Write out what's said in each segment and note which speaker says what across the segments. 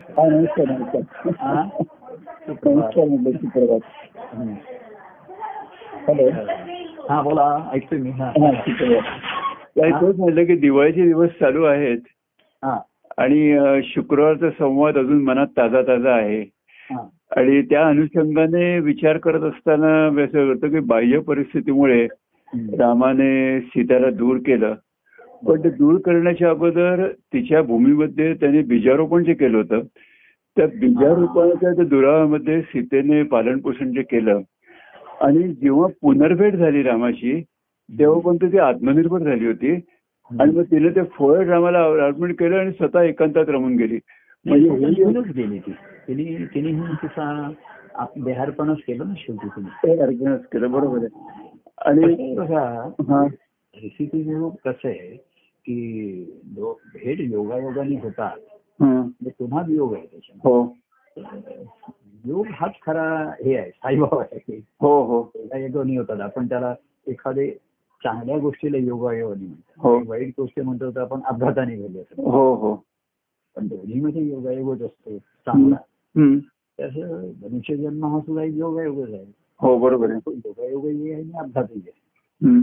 Speaker 1: हा नमस्कार नमस्कार
Speaker 2: हा?
Speaker 1: नमस्कार म्हटलं चित्रपट
Speaker 2: हम्म.
Speaker 1: हॅलो
Speaker 2: हा बोला ऐकतोय मी हा
Speaker 1: हा चित्रपट
Speaker 3: काय तोच म्हटलं की दिवाळीचे दिवस चालू आहेत
Speaker 2: हा
Speaker 3: आणि अ, शुक्रवारचा संवाद अजून मनात ताजा ताजा आहे
Speaker 2: हा
Speaker 3: आणि त्या अनुषंगाने विचार करत असताना मी असं करतो की बाह्य परिस्थितीमुळे
Speaker 2: हम्म.
Speaker 3: रामाने सीताला दूर केलं पण ते दूर करण्याच्या अगोदर तिच्या भूमीमध्ये त्याने बीजारोपण जे केलं होतं त्या बीजारोपणाच्या त्या दुरावामध्ये सीतेने पालन पोषण जे केलं आणि जेव्हा पुनर्भेट झाली रामाची तेव्हा पण ती आत्मनिर्भर झाली होती आणि मग तिने ते फळ रामाला अर्पण केलं आणि स्वतः एकांतात रमून गेली
Speaker 2: म्हणजे
Speaker 3: म्हणजे
Speaker 2: ही
Speaker 3: ही-
Speaker 2: होऊनच गेली ती तिने तिने होऊन तिचा आप- देहार्पणच केलं ना शेवटी तिने
Speaker 3: ते अर्पणच केलं बरोबर आहे आणि
Speaker 2: कसं बघा
Speaker 3: हा
Speaker 2: रेसिपी योग कसं आहे की दो- भेट योगायोगाने होतात
Speaker 3: हा,
Speaker 2: म्हणजे पुन्हा योग आहे त्याच्यामध्ये
Speaker 3: हो
Speaker 2: योग हाच खरा हे आहे साईबाबा आहे
Speaker 3: हो हो
Speaker 2: योगायोगाने होतात आपण त्याला एखादे चांगल्या गोष्टीला योगायोगाने
Speaker 3: हो.
Speaker 2: म्हणतो वाईट गोष्टी म्हणतो तर आपण अपघाताने घडले असतो
Speaker 3: हो हो
Speaker 2: पण दोन्हीमध्ये योगायोगच असतो चांगला
Speaker 3: हम्म.
Speaker 2: तसं मनुष्यजन्म हा सुद्धा एक योगायोगच आहे
Speaker 3: हो बरोबर आहे
Speaker 2: योगायोगही आहे आणि अपघातही आहे
Speaker 3: हम्म.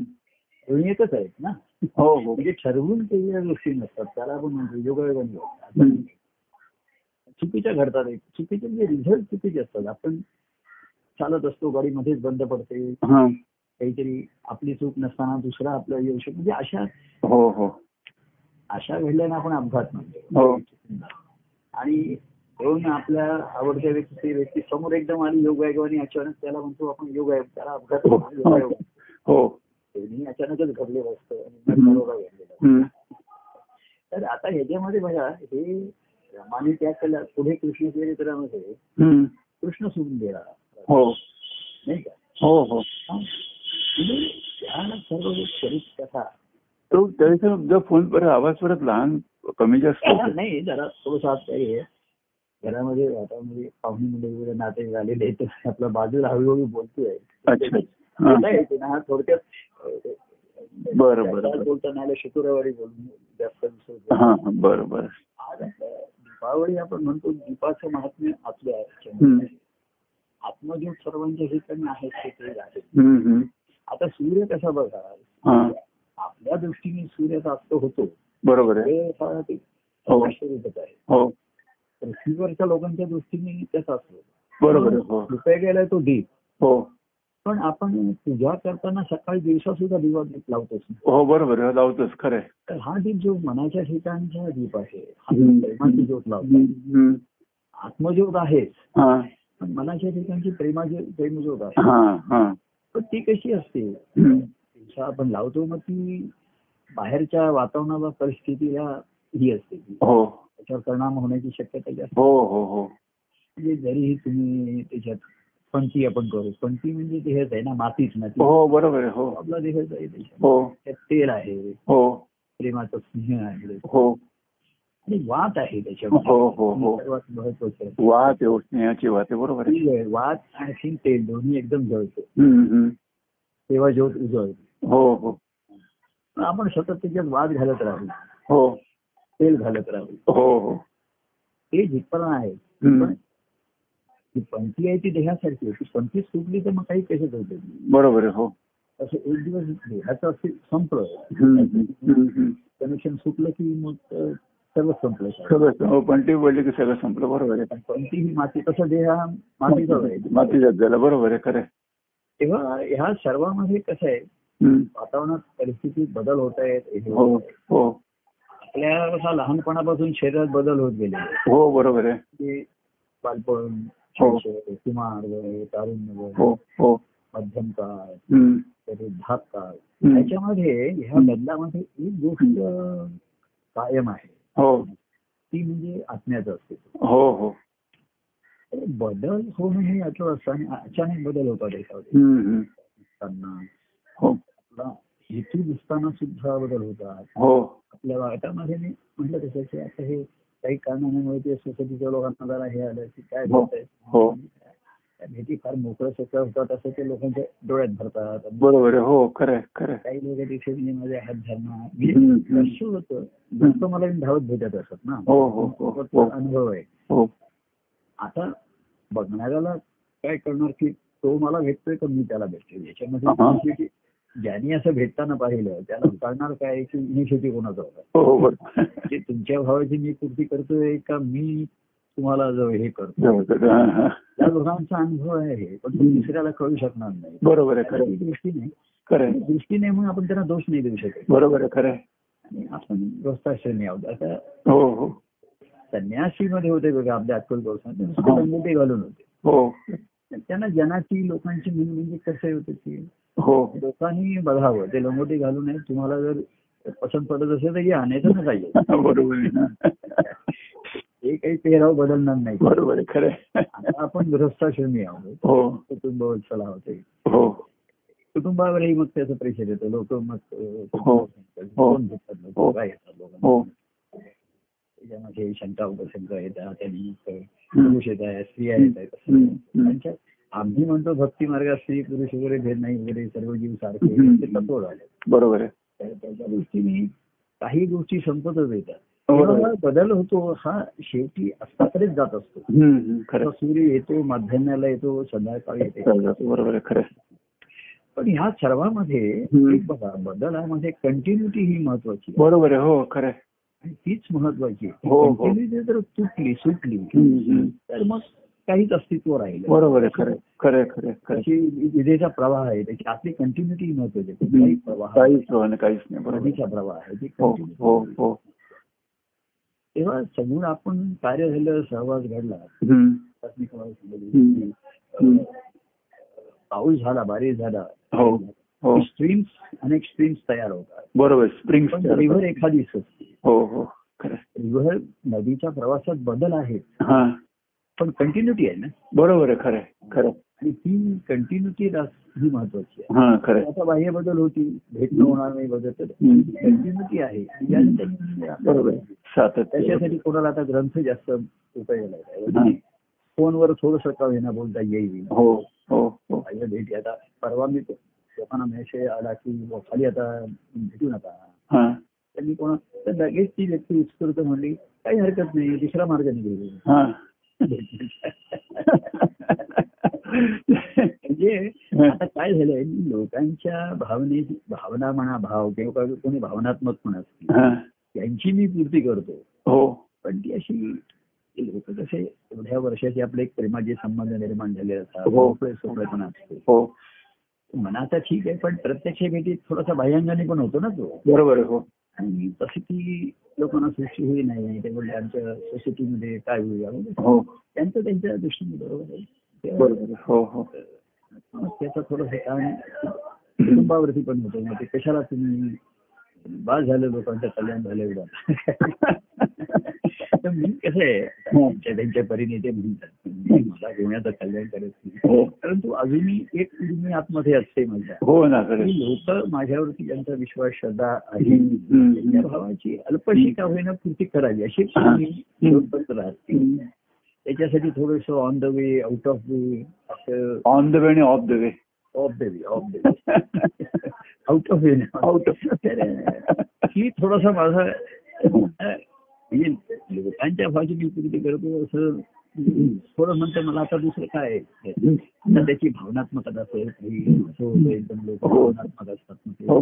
Speaker 2: दोन्ही एकच आहेत ना
Speaker 3: हो हो
Speaker 2: म्हणजे ठरवून केलेल्या गोष्टी नसतात त्याला आपण म्हणतो योगायोगाने होतात.
Speaker 3: हम्म.
Speaker 2: चुकीच्या घडतात एक. चुकीचे म्हणजे रिझल्ट चुकीचे असतात आपण चालत असतो गाडी मध्येच बंद पडते
Speaker 3: हा.
Speaker 2: काहीतरी आपली चूक नसताना दुसरा आपलं येऊ शकतो म्हणजे अशा
Speaker 3: हो हो
Speaker 2: अशा घडल्यानं आपण अपघात म्हणतो
Speaker 3: हो
Speaker 2: आणि म्हणून आपल्या आवडत्या व्यक्ती ती व्यक्ती समोर एकदम आली योगायोगाने अचानक त्याला म्हणतो आपण योगायोग त्याला अपघात
Speaker 3: हो.
Speaker 2: म्हणतो, योगायोग
Speaker 3: हो
Speaker 2: दोन्ही अचानकच घडलेलं असतं आणि
Speaker 3: हम्म.
Speaker 2: कर्करोगाला घडलेलं असतं.
Speaker 3: हम्म.
Speaker 2: तर आता ह्याच्यामध्ये बघा हे रमाने त्या केला पुढे कृष्ण चरित्रामध्ये
Speaker 3: हम्म.
Speaker 2: कृष्ण सोडून दिला
Speaker 3: हो
Speaker 2: नाही का
Speaker 3: हो हो
Speaker 2: हा. म्हणजे त्या सर्व चरित कथा
Speaker 3: तो त्यावेळेस तुझा फोन परत आवाज परत लहान कमी जास्त होतो.
Speaker 2: नाही जरा थोडस आत काही आहे घरामध्ये वातावरणामध्ये पाहुणे मुले वगैरे नाते झालेले आहेत आपल्या बाजूला हळूहळू बोलतोय
Speaker 3: अच्छा हा.
Speaker 2: बोलता येते ना हा थोडक्यात अं,
Speaker 3: बरं, बरं,
Speaker 2: आज
Speaker 3: बरं.
Speaker 2: बोलताना आलं शुक्रवारी बोलून जास्त दिवस
Speaker 3: हा हा बरं बरं
Speaker 2: आज आपलं दीपावली आपण म्हणतो दीपाचं महात्म्य आपल्या याच्यामध्ये
Speaker 3: हम्म.
Speaker 2: आहे. आत्मज्योत सर्वांच्या ठिकाणी आहे ते ते आहे
Speaker 3: हम्म, हम्म.
Speaker 2: आता सूर्य कसा बघा
Speaker 3: हा
Speaker 2: आपल्या दृष्टीने सूर्य प्राप्त होतो
Speaker 3: बरोबर आहे
Speaker 2: ते फार ते
Speaker 3: हो.
Speaker 2: आश्चर्यजनक आहे
Speaker 3: हो
Speaker 2: पृथ्वीवरच्या लोकांच्या दृष्टीने त्याचा असतो
Speaker 3: बरोबर आहे हो
Speaker 2: रुपये गेलाय तो दीप
Speaker 3: हो
Speaker 2: पण आपण पूजा करताना सकाळी दिवसा सुद्धा दिवा दीप लावतोच ना.
Speaker 3: हो बरोबर आहे लावतोच खरं आहे
Speaker 2: तर हा दीप जो मनाच्या ठिकाणचा दीप आहे हा
Speaker 3: हम्म.
Speaker 2: प्रेमाची ज्योत लावतो
Speaker 3: हम्म, हम्म.
Speaker 2: आत्मज्योत आहेच
Speaker 3: हा
Speaker 2: पण मनाच्या ठिकाणची प्रेमाची प्रेमज्योत आहे
Speaker 3: हा हा
Speaker 2: पण ती कशी असते
Speaker 3: हम्म.
Speaker 2: दिवसा आपण लावतो मग ती बाहेरच्या वातावरणाला परिस्थितीला ही असते ती.
Speaker 3: हो
Speaker 2: त्याच्यावर परिणाम होण्याची शक्यता जास्त
Speaker 3: हो हो हो
Speaker 2: म्हणजे जरी तुम्ही त्याच्यात पंक्ती आपण करू पंक्ती म्हणजे देहच आहे ना मातीच ना ती.
Speaker 3: हो बरोबर आहे हो
Speaker 2: आपला देहच आहे त्याच्यात
Speaker 3: हो
Speaker 2: त्यात तेल आहे
Speaker 3: हो
Speaker 2: प्रेमाचं स्नेह आहे
Speaker 3: हो
Speaker 2: आणि वात आहे त्याच्यामध्ये
Speaker 3: हो हो हो
Speaker 2: सर्वात महत्वाचं आहे.
Speaker 3: वा ते हो, स्नेहाची वा ते बरोबर आहे
Speaker 2: ठीक आहे, वात आणि तेल दोन्ही एकदम जळतो
Speaker 3: हम्म, हम्म.
Speaker 2: तेव्हा ज्योत उजळतो
Speaker 3: हो हो
Speaker 2: पण आपण सतत त्याच्यात वाद घालत राहू
Speaker 3: हो
Speaker 2: तेल घालत राहू
Speaker 3: हो हो
Speaker 2: ते झिटपणा आहे
Speaker 3: हम्म.
Speaker 2: ती पंक्ती आहे ती देहासारखी आहे ती पंक्तीच सुटली तर मग काही कशात होते
Speaker 3: बरोबर आहे हो
Speaker 2: असं एक दिवस देहाचं असं संपलं
Speaker 3: हम्म, हम्म, हम्म.
Speaker 2: कनेक्शन सुटलं की मग अं, सर्व संपलं सारं.
Speaker 3: सगळं हो, पण ते बोलले की सगळं संपलं बरोबर आहे
Speaker 2: पण पंक्ती ही माती तसं देह हा मातीचा आहे
Speaker 3: माती जात झाला बरोबर आहे खरं आहे.
Speaker 2: तेव्हा ह्या सर्वांमध्ये कसं आहे
Speaker 3: हम्म.
Speaker 2: वातावरणात परिस्थितीत बदल होत आहेत हे
Speaker 3: हो
Speaker 2: होत आहेत.
Speaker 3: हो
Speaker 2: आपल्या असा लहानपणापासून शरीरात बदल होत गेले
Speaker 3: हो बरोबर आहे
Speaker 2: म्हणजे बालपण
Speaker 3: हो.
Speaker 2: शैशव, कुमार वय तारुण्य वय
Speaker 3: हो हो
Speaker 2: मध्यम काळ
Speaker 3: हम्म.
Speaker 2: तरी धाप काळ
Speaker 3: हम्म.
Speaker 2: त्याच्यामध्ये ह्या बदलामध्ये एक गोष्ट कायम आहे
Speaker 3: हो
Speaker 2: ती म्हणजे आत्म्याचं असते
Speaker 3: हो हो
Speaker 2: तर बदल होणं हे याचं असताना अचानक बदल होतात एखाद्या
Speaker 3: हम्म, हम्म.
Speaker 2: दिसताना
Speaker 3: हो
Speaker 2: आपला हेतू दिसताना सुद्धा बदल होतात
Speaker 3: हो
Speaker 2: आपल्या वाटामध्ये मी म्हटलं तसं की आता हे काही कारणामुळे ते सोसायटीच्या लोकांना जरा हे आलं की काय
Speaker 3: हो.
Speaker 2: बोलताय
Speaker 3: हो
Speaker 2: भेटी फार मोकळं सोकळं होतात असं ते लोकांच्या डोळ्यात भरतात आणि
Speaker 3: बरोबर आहे हो खरं आहे खरं आहे.
Speaker 2: काही लोक तिथे म्हणजे माझे हात धरणं
Speaker 3: हम्म,
Speaker 2: म्हणजे
Speaker 3: हम्म.
Speaker 2: रश्य होतं जास्त मला धावत भेटत असत ना
Speaker 3: हो, हो, हो, हो.
Speaker 2: तो अनुभव आहे
Speaker 3: हो
Speaker 2: आता बघणाऱ्याला काय करणार की तो मला भेटतोय का मी त्याला भेटतोय याच्यामध्ये
Speaker 3: हा.
Speaker 2: शेवटी ज्याने असं भेटताना पाहिलं त्याला करणार काय की मी शेवटी कोणाचा होता
Speaker 3: हो, हो बरोबर
Speaker 2: म्हणजे तुमच्या भावाची मी पूर्ती करतोय का मी तुम्हाला जवळ हे करतो
Speaker 3: जमतं. हा, हा.
Speaker 2: या दोघांचा अनुभव आहे पण तो दुसऱ्याला कळू शकणार नाही
Speaker 3: बरोबर आहे खरं
Speaker 2: त्याला
Speaker 3: आहे.
Speaker 2: ती दृष्टी नाही
Speaker 3: खरं
Speaker 2: ती
Speaker 3: आहे.
Speaker 2: दृष्टी नाही म्हणून आपण त्यांना दोष नाही देऊ शकत
Speaker 3: बरोबर आहे खरं आहे.
Speaker 2: आणि आपण ग्रस्ताश्रमी आहोत आता
Speaker 3: हो हो
Speaker 2: संन्यासीमध्ये होते बघा आपल्या अक्कलकोर
Speaker 3: हा.
Speaker 2: ते घालून होते
Speaker 3: हो
Speaker 2: तर त्यांना जनाची लोकांची मेन म्हणजे कसं होतं की
Speaker 3: हो
Speaker 2: लोकांनी बघावं ते लंगोटी घालू नये तुम्हाला जर पसंत पडत असेल तर या नाही तर नका येऊ
Speaker 3: बरोबर आहे ना.
Speaker 2: हे काही पेहराव बदलणार नाही
Speaker 3: बरोबर आहे खरं आहे.
Speaker 2: आता आपण गृहस्थाश्रमी आहोत
Speaker 3: हो
Speaker 2: कुटुंब उत्सला होते
Speaker 3: हो
Speaker 2: कुटुंबावरही मग त्याचं प्रेशर येतं लोक मग अं,
Speaker 3: हो. हो.
Speaker 2: कोण घेतात
Speaker 3: हो.
Speaker 2: लोक काय घेतात लोक
Speaker 3: हो
Speaker 2: त्याच्यामध्ये शंका उपशंका येतात त्यांनी
Speaker 3: हम्म.
Speaker 2: पुरुष येत आहे स्त्रिया येत आहेत असं.
Speaker 3: हम्म. हम्म.
Speaker 2: त्यांच्या- आम्ही म्हणतो भक्ती मार्गात स्त्री पुरुष वगैरे भेद नाही वगैरे सर्व जीव सारखे
Speaker 3: हम्म.
Speaker 2: ते तत्व झाले
Speaker 3: बरोबर आहे
Speaker 2: तर त्याच्या दृष्टीने काही गोष्टी संपतच येतात
Speaker 3: बरोबर.
Speaker 2: तेव्हा बदल होतो हा शेवटी अस्ताकडेच जात असतो
Speaker 3: हम्म, हम्म. खरं
Speaker 2: आता
Speaker 3: आहे.
Speaker 2: सूर्य येतो मध्यान्हाला येतो संध्याकाळी येते
Speaker 3: बरोबर आहे खरं आहे.
Speaker 2: पण ह्या सर्वांमध्ये
Speaker 3: हम्म.
Speaker 2: एक बघा बदलामध्ये कंटिन्युटी ही महत्वाची आहे.
Speaker 3: बरोबर आहे हो खरं आहे.
Speaker 2: आणि तीच महत्वाची आहे.
Speaker 3: हो, हो.
Speaker 2: Continuity जर तुटली सुटली
Speaker 3: हम्म, हम्म.
Speaker 2: तर मग काहीच अस्तित्व राहिलं
Speaker 3: बरोबर आहे खरं आहे. खरं आहे, खरं आहे, खरं आहे.
Speaker 2: त्याची विजेचा प्रवाह आहे त्याची आपली कंटिन्युटी महत्वाची आहे.
Speaker 3: हम्म.
Speaker 2: काही प्रवाह
Speaker 3: काहीच नाही काहीच नाही बरोबर आहे.
Speaker 2: नदीचा प्रवाह आहे ती
Speaker 3: हो हो
Speaker 2: कंटिन्यू
Speaker 3: हो
Speaker 2: तेव्हा सगून आपण कार्य झालं सहवास घडला
Speaker 3: हम्म,
Speaker 2: आध्यात्मिक प्रवास घडली.
Speaker 3: हम्म, हम्म.
Speaker 2: पाऊस झाला बारीक झाला
Speaker 3: हो हो
Speaker 2: स्ट्रीम्स अनेक स्ट्रीम्स तयार होतात
Speaker 3: बरोबर स्प्रिंग
Speaker 2: पण रिव्हर एखादीच असते
Speaker 3: हो हो खरं आहे.
Speaker 2: रिव्हर नदीच्या प्रवासात बदल आहे
Speaker 3: हा
Speaker 2: पण कंटिन्युटी आहे ना
Speaker 3: बरोबर आहे खरं आहे, खरं आहे.
Speaker 2: आणि ती कंटिन्युटी ही महत्वाची आहे
Speaker 3: हा खरं आहे.
Speaker 2: आता बाह्य बदल होती भेटणं होणार नाही बदल तर
Speaker 3: हम्म, हम्म.
Speaker 2: कंटिन्युटी आहे यानंतर
Speaker 3: बरोबर आहे. सातत्य
Speaker 2: त्याच्यासाठी कोणाला आता ग्रंथ जास्त उपयोगाला
Speaker 3: हा.
Speaker 2: आहे फोनवर थोडस का होईना बोलता येईल
Speaker 3: हो हो हो
Speaker 2: माझ्या भेटी आता परवा मी लोकांना मेसेज आला की बुवा खाली आता भेटू नका
Speaker 3: हा
Speaker 2: त्यांनी कोणा तर लगेच ती व्यक्ती उत्स्फूर्त म्हणली काही हरकत नाही दुसरा मार्ग निघेल
Speaker 3: हा
Speaker 2: म्हणजे आता काय झालंय लोकांच्या भावने भावना म्हणा भाव किंवा काही कोणी भावनात्मक पण असतील
Speaker 3: हा.
Speaker 2: त्यांची मी पूर्ती करतो
Speaker 3: हो
Speaker 2: पण ती अशी लोक कसे एवढ्या वर्षाचे आपले एक प्रेमाचे संबंध निर्माण झाले असतात
Speaker 3: हो.
Speaker 2: मोकळे सोकळेपणा असतो
Speaker 3: हो
Speaker 2: मनाचा ठीक आहे पण प्रत्यक्ष भेटीत थोडासा बाह्यांगाने पण होतो ना तो
Speaker 3: बरोबर आहे, हो
Speaker 2: आणि तशी ती लोकांना सृष्टी होई नाही ते बोलले आमच्या सोसायटीमध्ये काय होईल यामध्ये
Speaker 3: हो
Speaker 2: त्यांचं त्यांच्या दृष्टीने बरोबर आहे
Speaker 3: बरोबर आहे, हो हो
Speaker 2: मग त्याचा थोडंसं ताण कुटुंबावरती पण होतो ना ते कशाला तुम्ही बाद झालं लोकांचं कल्याण झालं एवढं तर मी कसं आहे
Speaker 3: हो.
Speaker 2: त्यांच्या त्यांच्या परीने ते म्हणतात मी मला कोणाचं कल्याण करत नाही
Speaker 3: हो.
Speaker 2: परंतु अजूनही एक पिढी मी आतमध्ये असते माझ्या
Speaker 3: हो ना खरं आहे.
Speaker 2: लोक माझ्यावरती ज्यांचा विश्वास श्रद्धा आहे
Speaker 3: हम्म, हम्म,
Speaker 2: त्या
Speaker 3: हम्म.
Speaker 2: भावाची अल्पशी का होईना पूर्ती करावी अशी
Speaker 3: हा.
Speaker 2: मी शेवटपर्यंत राहते त्याच्यासाठी थोडस on the way out of way असं
Speaker 3: ऑन द वे आणि of the way
Speaker 2: of the way of the way out of way
Speaker 3: out of
Speaker 2: ही थोडासा माझा अं, म्हणजे uh, लोकांच्या भाषेत मी पूर्ती करतो असं थोडं म्हणतं मला आता दुसरं काय आहे? आता त्याची भावनात्मकता असेल काही असं होतं एकदम लोक
Speaker 3: हो.
Speaker 2: भावनात्मक असतात मग ते
Speaker 3: हो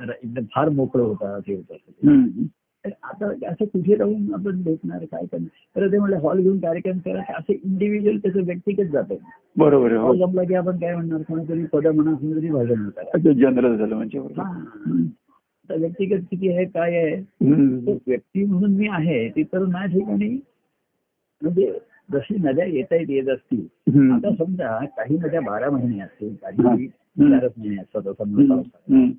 Speaker 2: जरा एकदम फार मोकळं होतात हे होतात
Speaker 3: हम्म.
Speaker 2: तर आता असं कुठे राहून आपण भेटणार काय करणार तर ते म्हणलं हॉल घेऊन कार्यक्रम करा असं इंडिव्हिज्युअल त्याचं व्यक्तिगत जातं
Speaker 3: बरोबर आहे,
Speaker 2: हॉल
Speaker 3: हो
Speaker 2: जमला की आपण काय म्हणणार कोणातरी पद म्हणा कोणातरी भाजण करा
Speaker 3: ते जनरल झालं म्हणजे बरोबर
Speaker 2: हा. आता व्यक्तिगत किती आहे काय आहे
Speaker 3: हम्म.
Speaker 2: तर व्यक्ती म्हणून मी आहे ती तर माझ्या ठिकाणी म्हणजे जशी नद्या येत आहेत येत असतील
Speaker 3: हम्म.
Speaker 2: आता समजा काही नद्या बारा महिने असतील
Speaker 3: हा.
Speaker 2: काही चारच महिने असतात असं म्हणून
Speaker 3: हम्म.
Speaker 2: पावसाळा.
Speaker 3: हम्म.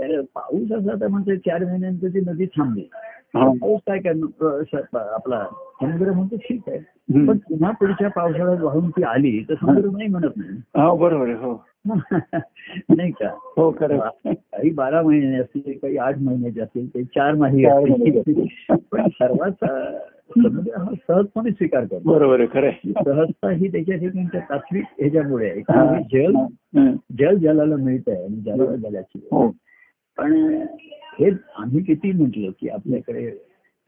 Speaker 2: तर पाऊस असा तर म्हणजे चार महिन्यांचं ती नदी थांबली
Speaker 3: हा.
Speaker 2: पाऊस काय करणार स- आपला समुद्र म्हणतो ठीक आहे
Speaker 3: हम्म.
Speaker 2: पण पुन्हा पुढच्या पावसाळ्यात वाहून ती आली तर समुद्र नाही म्हणत नाही
Speaker 3: हा बरोबर आहे, हो
Speaker 2: नाही का
Speaker 3: हो खरं आहे.
Speaker 2: काही बारा महिने असतील काही आठ महिन्याचे असतील काही चार महिने
Speaker 3: चार
Speaker 2: असतील
Speaker 3: महिने.
Speaker 2: पण सर्वांचा तर म्हणजे हा सहजपणे स्वीकार करतो
Speaker 3: बरोबर आहे खरं आहे
Speaker 2: सहजता ही त्याच्या ठिकाणी त्या तात्विक ह्याच्यामुळे आहे. की हे जल
Speaker 3: हं.
Speaker 2: जल जलाला मिळत आहे आणि जलाला जलाची गरज.
Speaker 3: हो
Speaker 2: पण हे आम्ही किती म्हटलं की आपल्याकडे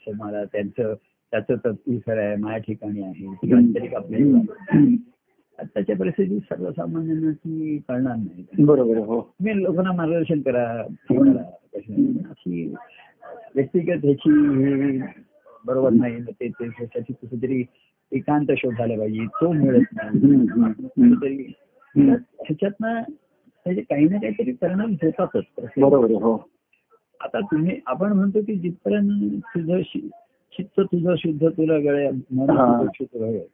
Speaker 2: हे मला त्यांचं त्याचं तत्विसर आहे माझ्या ठिकाणी आहे किंवा आपल्या
Speaker 3: हं.
Speaker 2: आताच्या परिस्थितीत सर्वसामान्यांना ती कळणार नाही
Speaker 3: बरोबर आहे, हो
Speaker 2: तुम्ही लोकांना मार्गदर्शन करा हे करा, प्रश्न करा. अशी व्यक्तिगत ह्याची हे बरोबर नाही ते ते- त्याची कुठेतरी एकांत शोधायला पाहिजे तो मिळत नाही
Speaker 3: हं, हं, हं.
Speaker 2: कुठेतरी
Speaker 3: हं.
Speaker 2: ह्याच्यातनं म्हणजे काही ना काहीतरी परिणाम होतातच
Speaker 3: बरोबर आहे, हो
Speaker 2: आता तुम्ही आपण म्हणतो की जिथपर्यंत तुझं शि- चित्त तुझं शुद्ध तुला गळे मन
Speaker 3: हा.
Speaker 2: तुझं शुद्ध गळे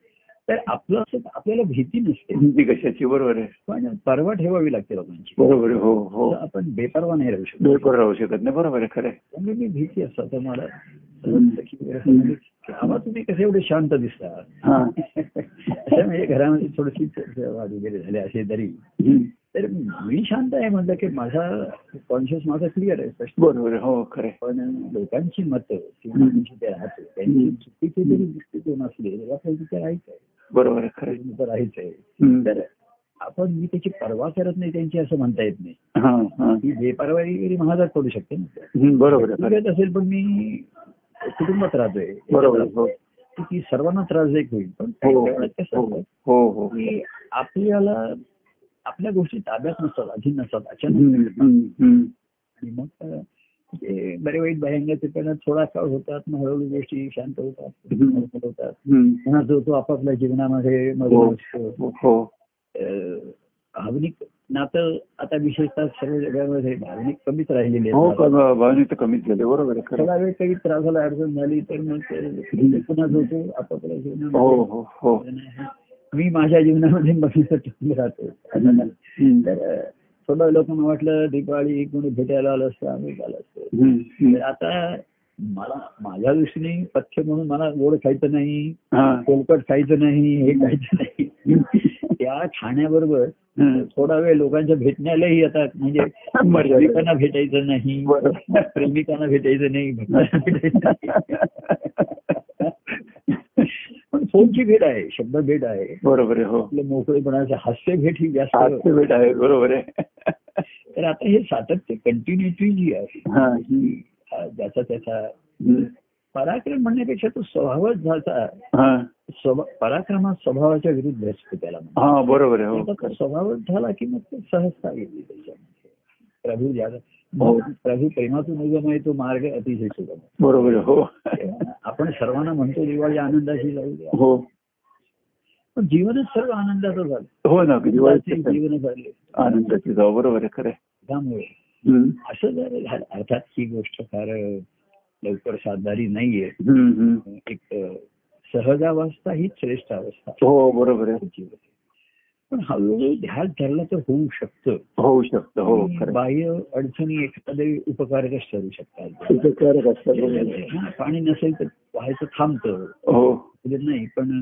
Speaker 2: तर आपलं असं आपल्याला भीती नसते
Speaker 3: हिंदी कशाची बरोबर आहे
Speaker 2: पण पर्वा ठेवावी लागते लोकांची
Speaker 3: बरोबर आहे, हो हो
Speaker 2: तर आपण बेपर्वा नाही राहू शकतो
Speaker 3: बरोबर राहू शकत नाही बरोबर आहे खरं आहे.
Speaker 2: त्यामुळे म्हणजे मी भीती असतात तर मला सखी वगैरे असं म्हणले की, आबा तुम्ही कसे एवढे शांत दिसता
Speaker 3: हा.
Speaker 2: असं म्हणजे घरामध्ये थोडीशी वाद वगैरे झाले असे तरी
Speaker 3: हं.
Speaker 2: तर मी शांत आहे म्हटलं की माझा कॉन्शियस माझा क्लिअर आहे स्पष्ट
Speaker 3: बरोबर आहे, हो खरं आहे.
Speaker 2: पण लोकांची मतं किंवा जी ते राहते त्यांची
Speaker 3: हम्म.
Speaker 2: चुकीचे जरी दृष्टिकोन असले तर आपल्याला तिथे राहायचं आहे
Speaker 3: बरोबर आहे खरं आहे.
Speaker 2: तिथे राहायचं आहे
Speaker 3: हं.
Speaker 2: तर आपण मी त्याची पर्वा करत नाही त्यांची असं म्हणता येत नाही
Speaker 3: हा, हा.
Speaker 2: ही बेपर्वाई वगैरे महागात पडू शकते ना
Speaker 3: हं, बरोबर आहे खरं आहे.
Speaker 2: करत असेल पण मी कुटुंबात राहतोय
Speaker 3: बरोबर आहे, हो
Speaker 2: की ती सर्वांना त्रासदायक होईल पण काही
Speaker 3: हो
Speaker 2: वेळा कसं
Speaker 3: हो
Speaker 2: असतं
Speaker 3: हो, हो
Speaker 2: की आपल्याला आपल्या गोष्टी ताब्यात नसतात अधीन नसतात अचानक
Speaker 3: हं, हं, हं.
Speaker 2: आणि मग अ, ते बरे वाईट भयंगाचे परिणाम थोडा काळ होतात मग हळूहळू गोष्टी शांत होतात
Speaker 3: हम्म.
Speaker 2: नॉर्मल होतात
Speaker 3: हं.
Speaker 2: पुन्हा जो तो आपापल्या जीवनामध्ये
Speaker 3: हो.
Speaker 2: मग्न असतो
Speaker 3: हो
Speaker 2: अ, भावनिक नातं आता विशेषतः सर्व जगामध्ये भावनिक कमीच राहिलेले
Speaker 3: हो का- भावनिक तर कमीच झाले बरोबर आहे खरं आहे.
Speaker 2: थोडा वेळ काही त्रासाला अडचण झाली तर मग ते पुन्हा जो तो आपापल्या
Speaker 3: हो
Speaker 2: जीवनामध्ये
Speaker 3: हो हो
Speaker 2: मी माझ्या जीवनामध्ये मग्न टिकून राहतो
Speaker 3: हं.
Speaker 2: तर थोडं लोकांना वाटलं दिवाळी कोणी भेटायला आलं असतं आम्ही आलं असतं
Speaker 3: हं, हं.
Speaker 2: तर आता मला माझ्या दृष्टीने पथ्य म्हणून मला गोड खायचं नाही
Speaker 3: हा.
Speaker 2: तेलकट खायचं नाही हे खायचं नाही त्या खाण्याबरोबर
Speaker 3: हं.
Speaker 2: थोडा वेळ लोकांच्या भेटण्यालाही येतात म्हणजे
Speaker 3: मर्यादा.
Speaker 2: प्रेमिकांना भेटायचं नाही
Speaker 3: बरोबर.
Speaker 2: प्रेमिकांना भेटायचं नाही भक्तांना भेटायचं नाही. पण फोनची भेट आहे शब्द भेट आहे
Speaker 3: बरोबर आहे हो
Speaker 2: आपलं मोकळेपणाचं हास्य भेट ही
Speaker 3: आज
Speaker 2: जास्त
Speaker 3: ते भेट आहे बरोबर आहे
Speaker 2: तर आता हे सातत्य कंटिन्युटी जी आहे
Speaker 3: हा, हं.
Speaker 2: हा ज्याचा त्याचा
Speaker 3: हं.
Speaker 2: पराक्रम म्हणण्यापेक्षा तो स्वभावच ज्याचा
Speaker 3: हा.
Speaker 2: स्वभा- पराक्रम हा स्वभावाच्या विरुद्ध असतो त्याला म्हणतात.
Speaker 3: हा बरोबर आहे हो
Speaker 2: आता तो स्वभावच झाला की मग ते सहजता गेली त्याच्यामध्ये प्रभू ज्याला
Speaker 3: हो.
Speaker 2: प्रभू प्रेमातून उगम आहे तो मार्ग अतिशय सुगम आहे.
Speaker 3: बरोबर आहे हो
Speaker 2: तेव्हा आपण सर्वांना म्हणतो दिवाळी आनंदाची जाऊ द्या
Speaker 3: हो
Speaker 2: पण जीवनच सर्व आनंदाचं झालं
Speaker 3: हो ना दिवाळीचे
Speaker 2: आनंदाचे जीवन झाले
Speaker 3: आनंदाची जाव बरोबर आहे खरं आहे.
Speaker 2: त्यामुळे
Speaker 3: हं.
Speaker 2: असं जर झालं अर्थात ही गोष्ट फार लवकर साधणारी नाहीये
Speaker 3: हं, हं.
Speaker 2: एक अ, सहजावस्था ही श्रेष्ठ अवस्था आहे
Speaker 3: हो बरोबर आहे
Speaker 2: जीवनाची. पण हळूहळू ध्यास धरला तर होऊ शकतं
Speaker 3: होऊ शकतं हो
Speaker 2: आणि
Speaker 3: खरं आहे.
Speaker 2: बाह्य अडचणी एखादे उपकारकच ठरू शकतात
Speaker 3: उपकारक असतात बरोबर आहे.
Speaker 2: हा, पाणी नसेल तर व्हायचं थांबतं
Speaker 3: हो
Speaker 2: उलट नाही पण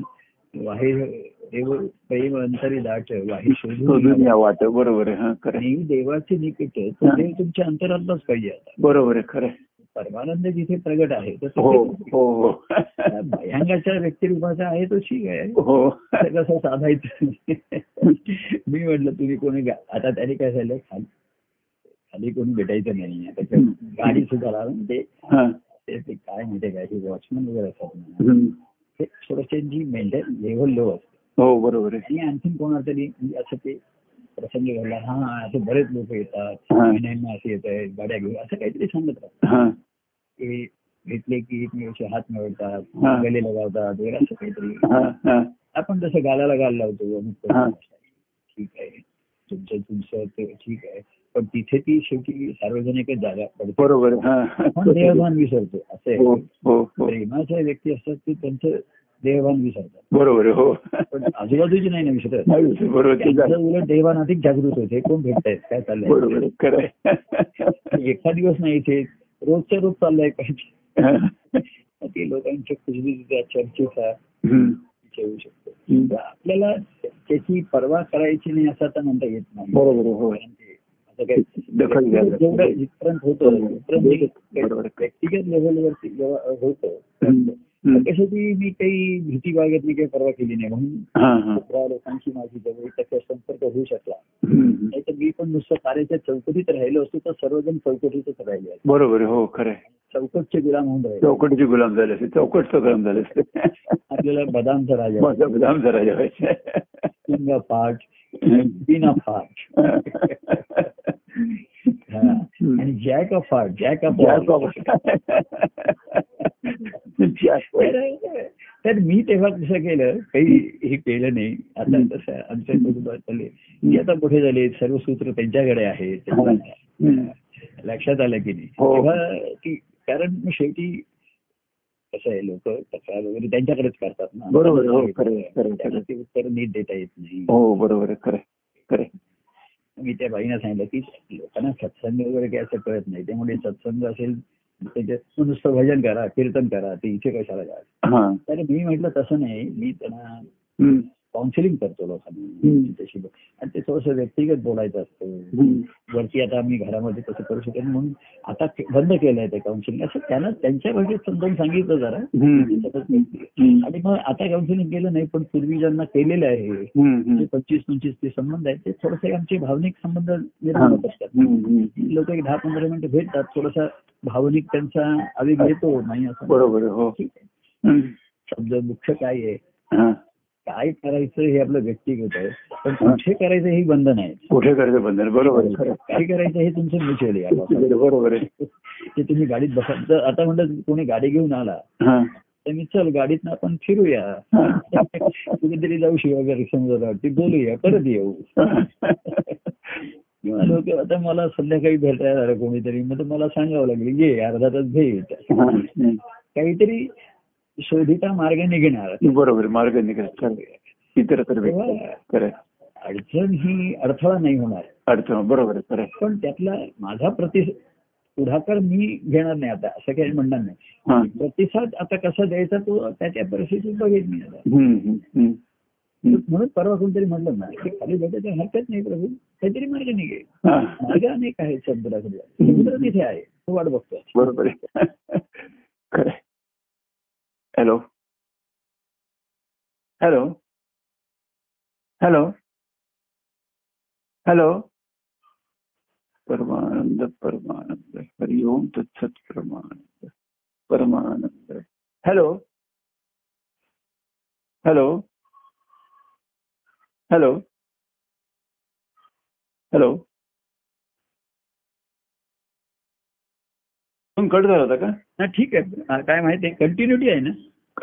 Speaker 2: बाहेर देव प्रेम अंतरी दाट बाहेर
Speaker 3: शोधून
Speaker 2: शोधून
Speaker 3: या वाट बरोबर आहे हा खरं आहे.
Speaker 2: आणि देवाचे निकट
Speaker 3: हा.
Speaker 2: तो देव तुमच्या अंतरातलाच पाहिजे आता
Speaker 3: बरोबर आहे खरं आहे.
Speaker 2: परमानंद जिथे प्रगट आहे तर
Speaker 3: हो
Speaker 2: तिथे
Speaker 3: हो हो
Speaker 2: भयंगाच्या व्यक्तिरूपाचा आहे तो ठीक आहे
Speaker 3: हो
Speaker 2: असं कसं साधायचं मी म्हटलं तुम्ही कोणी गा- आता त्याने काय झालं खाली खाली कोणी भेटायचं नाही त्याच्या गाडी सुद्धा लावून ते
Speaker 3: हा.
Speaker 2: ते ते काय माहितीये काय वॉचमन वगैरे असतात ना,
Speaker 3: हं.
Speaker 2: ते थोडंसं जी मेंटल लेव्हल लो असते
Speaker 3: हो बरोबर आहे
Speaker 2: आणि आणखीन कोणाला तरी म्हणजे असं ते प्रसंग घडला हा असे बरेच लोक येतात
Speaker 3: हा.
Speaker 2: महिन्यांना असे येत आहेत गाड्या घेऊन असं काहीतरी सांगत राहतात
Speaker 3: हा
Speaker 2: ते घेतले की एकमेकांचे हात मिळवतात
Speaker 3: हा.
Speaker 2: गले लगावतात वगैरे असं काहीतरी
Speaker 3: हा हा
Speaker 2: आपण जसं गालाला गाल लावतो अमुक करू.
Speaker 3: हा.
Speaker 2: ठीक आहे तुमचं तुमचं ते ठीक आहे पण तिथे ती शेवटी सार्वजनिकच जागा पडतो
Speaker 3: बरोबर आहे. हा
Speaker 2: आपण देहभान विसरतो असं
Speaker 3: हो
Speaker 2: आहे.
Speaker 3: हो हो
Speaker 2: प्रेमाच्या व्यक्ती असतात ते त्यांचं देहभान विसरतात
Speaker 3: बरोबर आहे, हो
Speaker 2: पण आजूबाजूची नाही ना विसरत
Speaker 3: नाही, बरोबर ते
Speaker 2: त्यांचं
Speaker 3: झालं.
Speaker 2: उलट देहभान अधिक जागृत होते कोण भेटतायत काय
Speaker 3: बरोबर
Speaker 2: चाललंय
Speaker 3: आहे, खरं आहे.
Speaker 2: आणि एका दिवस नाही इथे रोजच्या रोज चाललंय पाहिजे ते लोकांच्या खुशबीच्या चर्चेचा
Speaker 3: हम्म.
Speaker 2: विषय होऊ शकतो
Speaker 3: हम्म.
Speaker 2: आपल्याला त्याची पर्वा करायची नाही असं आता म्हणता येत नाही
Speaker 3: बरोबर आहे, हो
Speaker 2: कारण ते असं काही
Speaker 3: दखल घ्यायला
Speaker 2: जेवढं जिथपर्यंत होतं
Speaker 3: बरोबर.
Speaker 2: तिथपर्यंत
Speaker 3: बरोबर.
Speaker 2: व्यक्तिगत लेव्हलवरती जेव्हा होतं
Speaker 3: हम्म. हम्म.
Speaker 2: त्याच्यासाठी मी काही भीती बाळगतली काही परवा केली नाही म्हणून
Speaker 3: हा, हा.
Speaker 2: दुसऱ्या लोकांशी माझी जवळ त्याचा संपर्क होऊ शकला
Speaker 3: हम्म.
Speaker 2: नाही तर मी पण नुसतं कार्याच्या चौकटीत राहिलो असतो तर सर्वजण चौकटीतच राहिले आहेत.
Speaker 3: बरोबर आहे, हो खरं आहे.
Speaker 2: चौकटचे गुलाम होऊन राहिले
Speaker 3: चौकटीचे गुलाम झाले असते चौकटचं गुलाम झाले असते
Speaker 2: आपल्याला बदामचा राजा
Speaker 3: माझा गुलाम झाला जेवायचे
Speaker 2: शिंगा पाठ बिना पाठ हा. आणि जॅक ऑफ पाठ जॅक ऑफ तर मी तेव्हा कसं केलं काही हे केलं नाही आता तसं आमच्या कुटुंबात झाले मी आता मोठे झाले सर्व सूत्र त्यांच्याकडे आहे लक्षात आलं की नाही
Speaker 3: हो.
Speaker 2: तेव्हा की कारण मग शेवटी कसं आहे लोक तक्रार वगैरे त्यांच्याकडेच करतात ना
Speaker 3: बरोबर, हो, खरं आहे, खरं आहे, खरं
Speaker 2: त्यांना
Speaker 3: आहे.
Speaker 2: ते उत्तर नीट देता येत नाही
Speaker 3: हो बरोबर आहे, खरं आहे, खरं आहे.
Speaker 2: मी त्या बाईनं सांगितलं की लोकांना सत्संग वगैरे काही असं कळत नाही त्यामुळे सत्संग असेल त्याच्यात नुसतं भजन करा कीर्तन करा ते इथे कशाला जा
Speaker 3: हा
Speaker 2: तर मी म्हटलं तसं नाही मी त्यांना
Speaker 3: हम्म.
Speaker 2: काउन्सिलिंग करतो लोकांना
Speaker 3: हम्म.
Speaker 2: तशी ब- आणि ते थोडंसं व्यक्तिगत बोलायचं असतं
Speaker 3: हम्म.
Speaker 2: वरती आता आम्ही घरामध्ये तसं करू शकत नाही म्हणून आता के- बंद केलंय ते काउन्सिलिंग असं त्यांना त्यांच्या भाषेत समजावून सांगितलं जरा
Speaker 3: हम्म. हम्म.
Speaker 2: आणि मग आता काउन्सिलिंग केलं नाही पण पूर्वी ज्यांना केलेलं आहे
Speaker 3: हम्म.
Speaker 2: जे पंचवीस पंचवीस ते संबंध आहेत ते थोडेसे आमचे भावनिक संबंध निर्माण होत असतात
Speaker 3: हम्म. हम्म.
Speaker 2: लोक एक दहा पंधरा मिनिटं भेटतात थोडासा भावनिक त्यांचा आवेग येतो नाही असं
Speaker 3: बरोबर आहे, हो
Speaker 2: ठीक आहे.
Speaker 3: हम्म.
Speaker 2: समजा मुख्य काय आहे
Speaker 3: हा.
Speaker 2: काय करायचं हे आपलं व्यक्तिगत आहे पण कुठे करायचं हे बंधन आहे
Speaker 3: कुठे करायचं बंधन बरोबर आहे, खरं
Speaker 2: काय करायचं हे तुमचं म्युच्युअल आहे
Speaker 3: आहे. बरोबर आहे
Speaker 2: ते तुम्ही गाडीत बसा तर आता म्हणलं कोणी गाडी घेऊन आला
Speaker 3: हा.
Speaker 2: तर मी चल गाडीत आपण फिरूया कुठेतरी जाऊ शिवाय समजा ते बोलूया परत येऊ किंवा लोक आता मला संध्याकाळी भेटायला आलं कोणीतरी मग तर मला सांगावं लागेल ये अर्धा तास भेट
Speaker 3: हम्म.
Speaker 2: काहीतरी शोधिता मार्ग निघणार
Speaker 3: बरोबर आहे, मार्ग निघेल खरं आहे. इतर तर व्यक्त आहे, खरं आहे.
Speaker 2: अडचण ही अडथळा नाही होणार
Speaker 3: अडचण बरोबर आहे, खरं आहे.
Speaker 2: पण त्यातला माझा प्रति पुढाकार मी घेणार नाही आता असं काही म्हणणार नाही
Speaker 3: हा.
Speaker 2: प्रतिसाद आता कसा द्यायचा तो त्याच्या परिस्थितीत बघेल मी आता
Speaker 3: हम्म, हम्म, हम्म. हम्म.
Speaker 2: म्हणून परवा कोणतरी म्हटलं ना की खाली भेटायचं हरकत नाही प्रभू काहीतरी मार्ग निघेल
Speaker 3: हा.
Speaker 2: मार्ग अनेक आहेत समुद्राकडे समुद्र तिथे आहे तो वाट बघतोय
Speaker 3: बरोबर आहे खरं आहे. Hello hello hello hello Paramanand Paramanand हरिओम तत्सत Paramanand Paramanand hello hello hello hello phone cut झाला होता का
Speaker 2: हा, ठीक आहे हा, काय माहिती आहे कंटिन्युटी आहे ना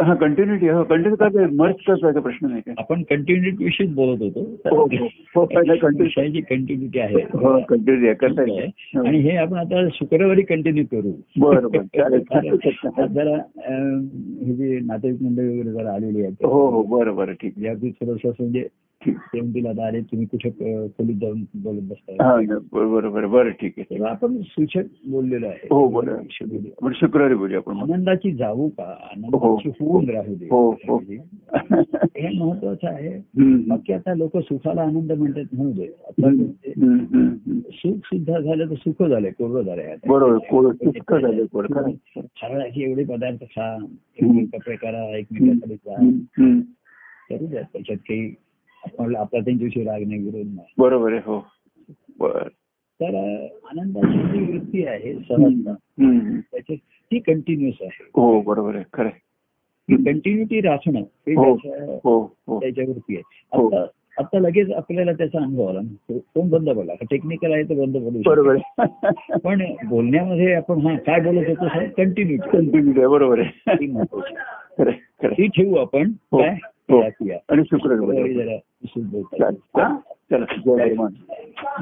Speaker 3: हा कंटिन्युटी हो कंटिन्यू करता मर्ज करता प्रश्न नाही काय
Speaker 2: आपण कंटिन्युटी विषयीच बोलत
Speaker 3: हो,
Speaker 2: होतो
Speaker 3: हो, हो, पहिला continue.
Speaker 2: विषयाची कंटिन्युटी आहे
Speaker 3: हो कंटिन्यू करता
Speaker 2: ठीक आहे. आणि
Speaker 3: येईल
Speaker 2: हे आपण आता शुक्रवारी कंटिन्यू करू
Speaker 3: बरं, बरं. चालेल.
Speaker 2: कारण आज जरा अं, हे जे नातेवाईक मंडळी वगैरे जरा आलेली आहेत
Speaker 3: हो हो बरं बरं ठीक
Speaker 2: या अगदी थोडस म्हणजे ते म्हणतील आता अरे तुम्ही कुठे अं, खोलीत जाऊन बोलत बसताय
Speaker 3: हा बरोबर बरं बरं ठीक आहे
Speaker 2: तेव्हा आपण सूचक बोललेलो आहे
Speaker 3: हो बरं आपण शुक्रवारी बोलूया आपण मग.
Speaker 2: आनंदाची जाऊ का आनंदाची होऊन राहू दे
Speaker 3: हो हो
Speaker 2: हे महत्वाचं आहे
Speaker 3: हम्म,
Speaker 2: बाकी आता लोक सुखाला आनंद म्हणतात म्हणू दे आता
Speaker 3: हम्म, हम्म, हम्म.
Speaker 2: सुख सुद्धा झालं तर सुख झालंय कोरडं झालंय आता.
Speaker 3: बरोबर कोण शुक्र झालं कोण खरं.
Speaker 2: हरळाचे एवढे पदार्थ खा एवढे कपडे करा एकमेकांकडे जा
Speaker 3: हम्म, हम्म.
Speaker 2: करू द्या त्याच्यात काही आपण आपला त्यांच्याविषयी राग नाही विरोध नाही
Speaker 3: बरोबर आहे हो बरं
Speaker 2: तर अं, आनंदाची जी वृत्ती आहे सहजता
Speaker 3: हम्म, हम्म.
Speaker 2: त्याची ती कंटिन्युअस आहे
Speaker 3: हो बरोबर आहे खरं आहे. हम्म.
Speaker 2: कंटिन्युटी राखणं हे
Speaker 3: हो.
Speaker 2: त्याच्या-
Speaker 3: हो हो
Speaker 2: त्याच्यावरती आहे
Speaker 3: हो.
Speaker 2: आता आता लगेच आपल्याला त्याचा अनुभव आला तो- तो बंद पडला टेक्निकल आहे तर बंद पडू शकतो.
Speaker 3: बरोबर आहे
Speaker 2: पण बोलण्यामध्ये आपण हा काय बोलत होतो सर कंटिन्युटी
Speaker 3: कंटिन्यू आहे बरोबर आहे
Speaker 2: ती महत्वाची आहे.
Speaker 3: खरं आहे, खरं आहे.
Speaker 2: ती ठेवू आपण
Speaker 3: हो,
Speaker 2: काय
Speaker 3: हो.
Speaker 2: राखूया.
Speaker 3: आणि शुक्र
Speaker 2: शुक्रवारी जरा उशीर बोलता
Speaker 3: चला
Speaker 2: येईल.
Speaker 3: चला जय परमानंद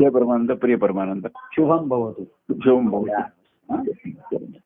Speaker 3: जय परमानंद प्रिय परमानंद
Speaker 2: शुभम भवतु
Speaker 3: शुभम भाऊ
Speaker 2: हा?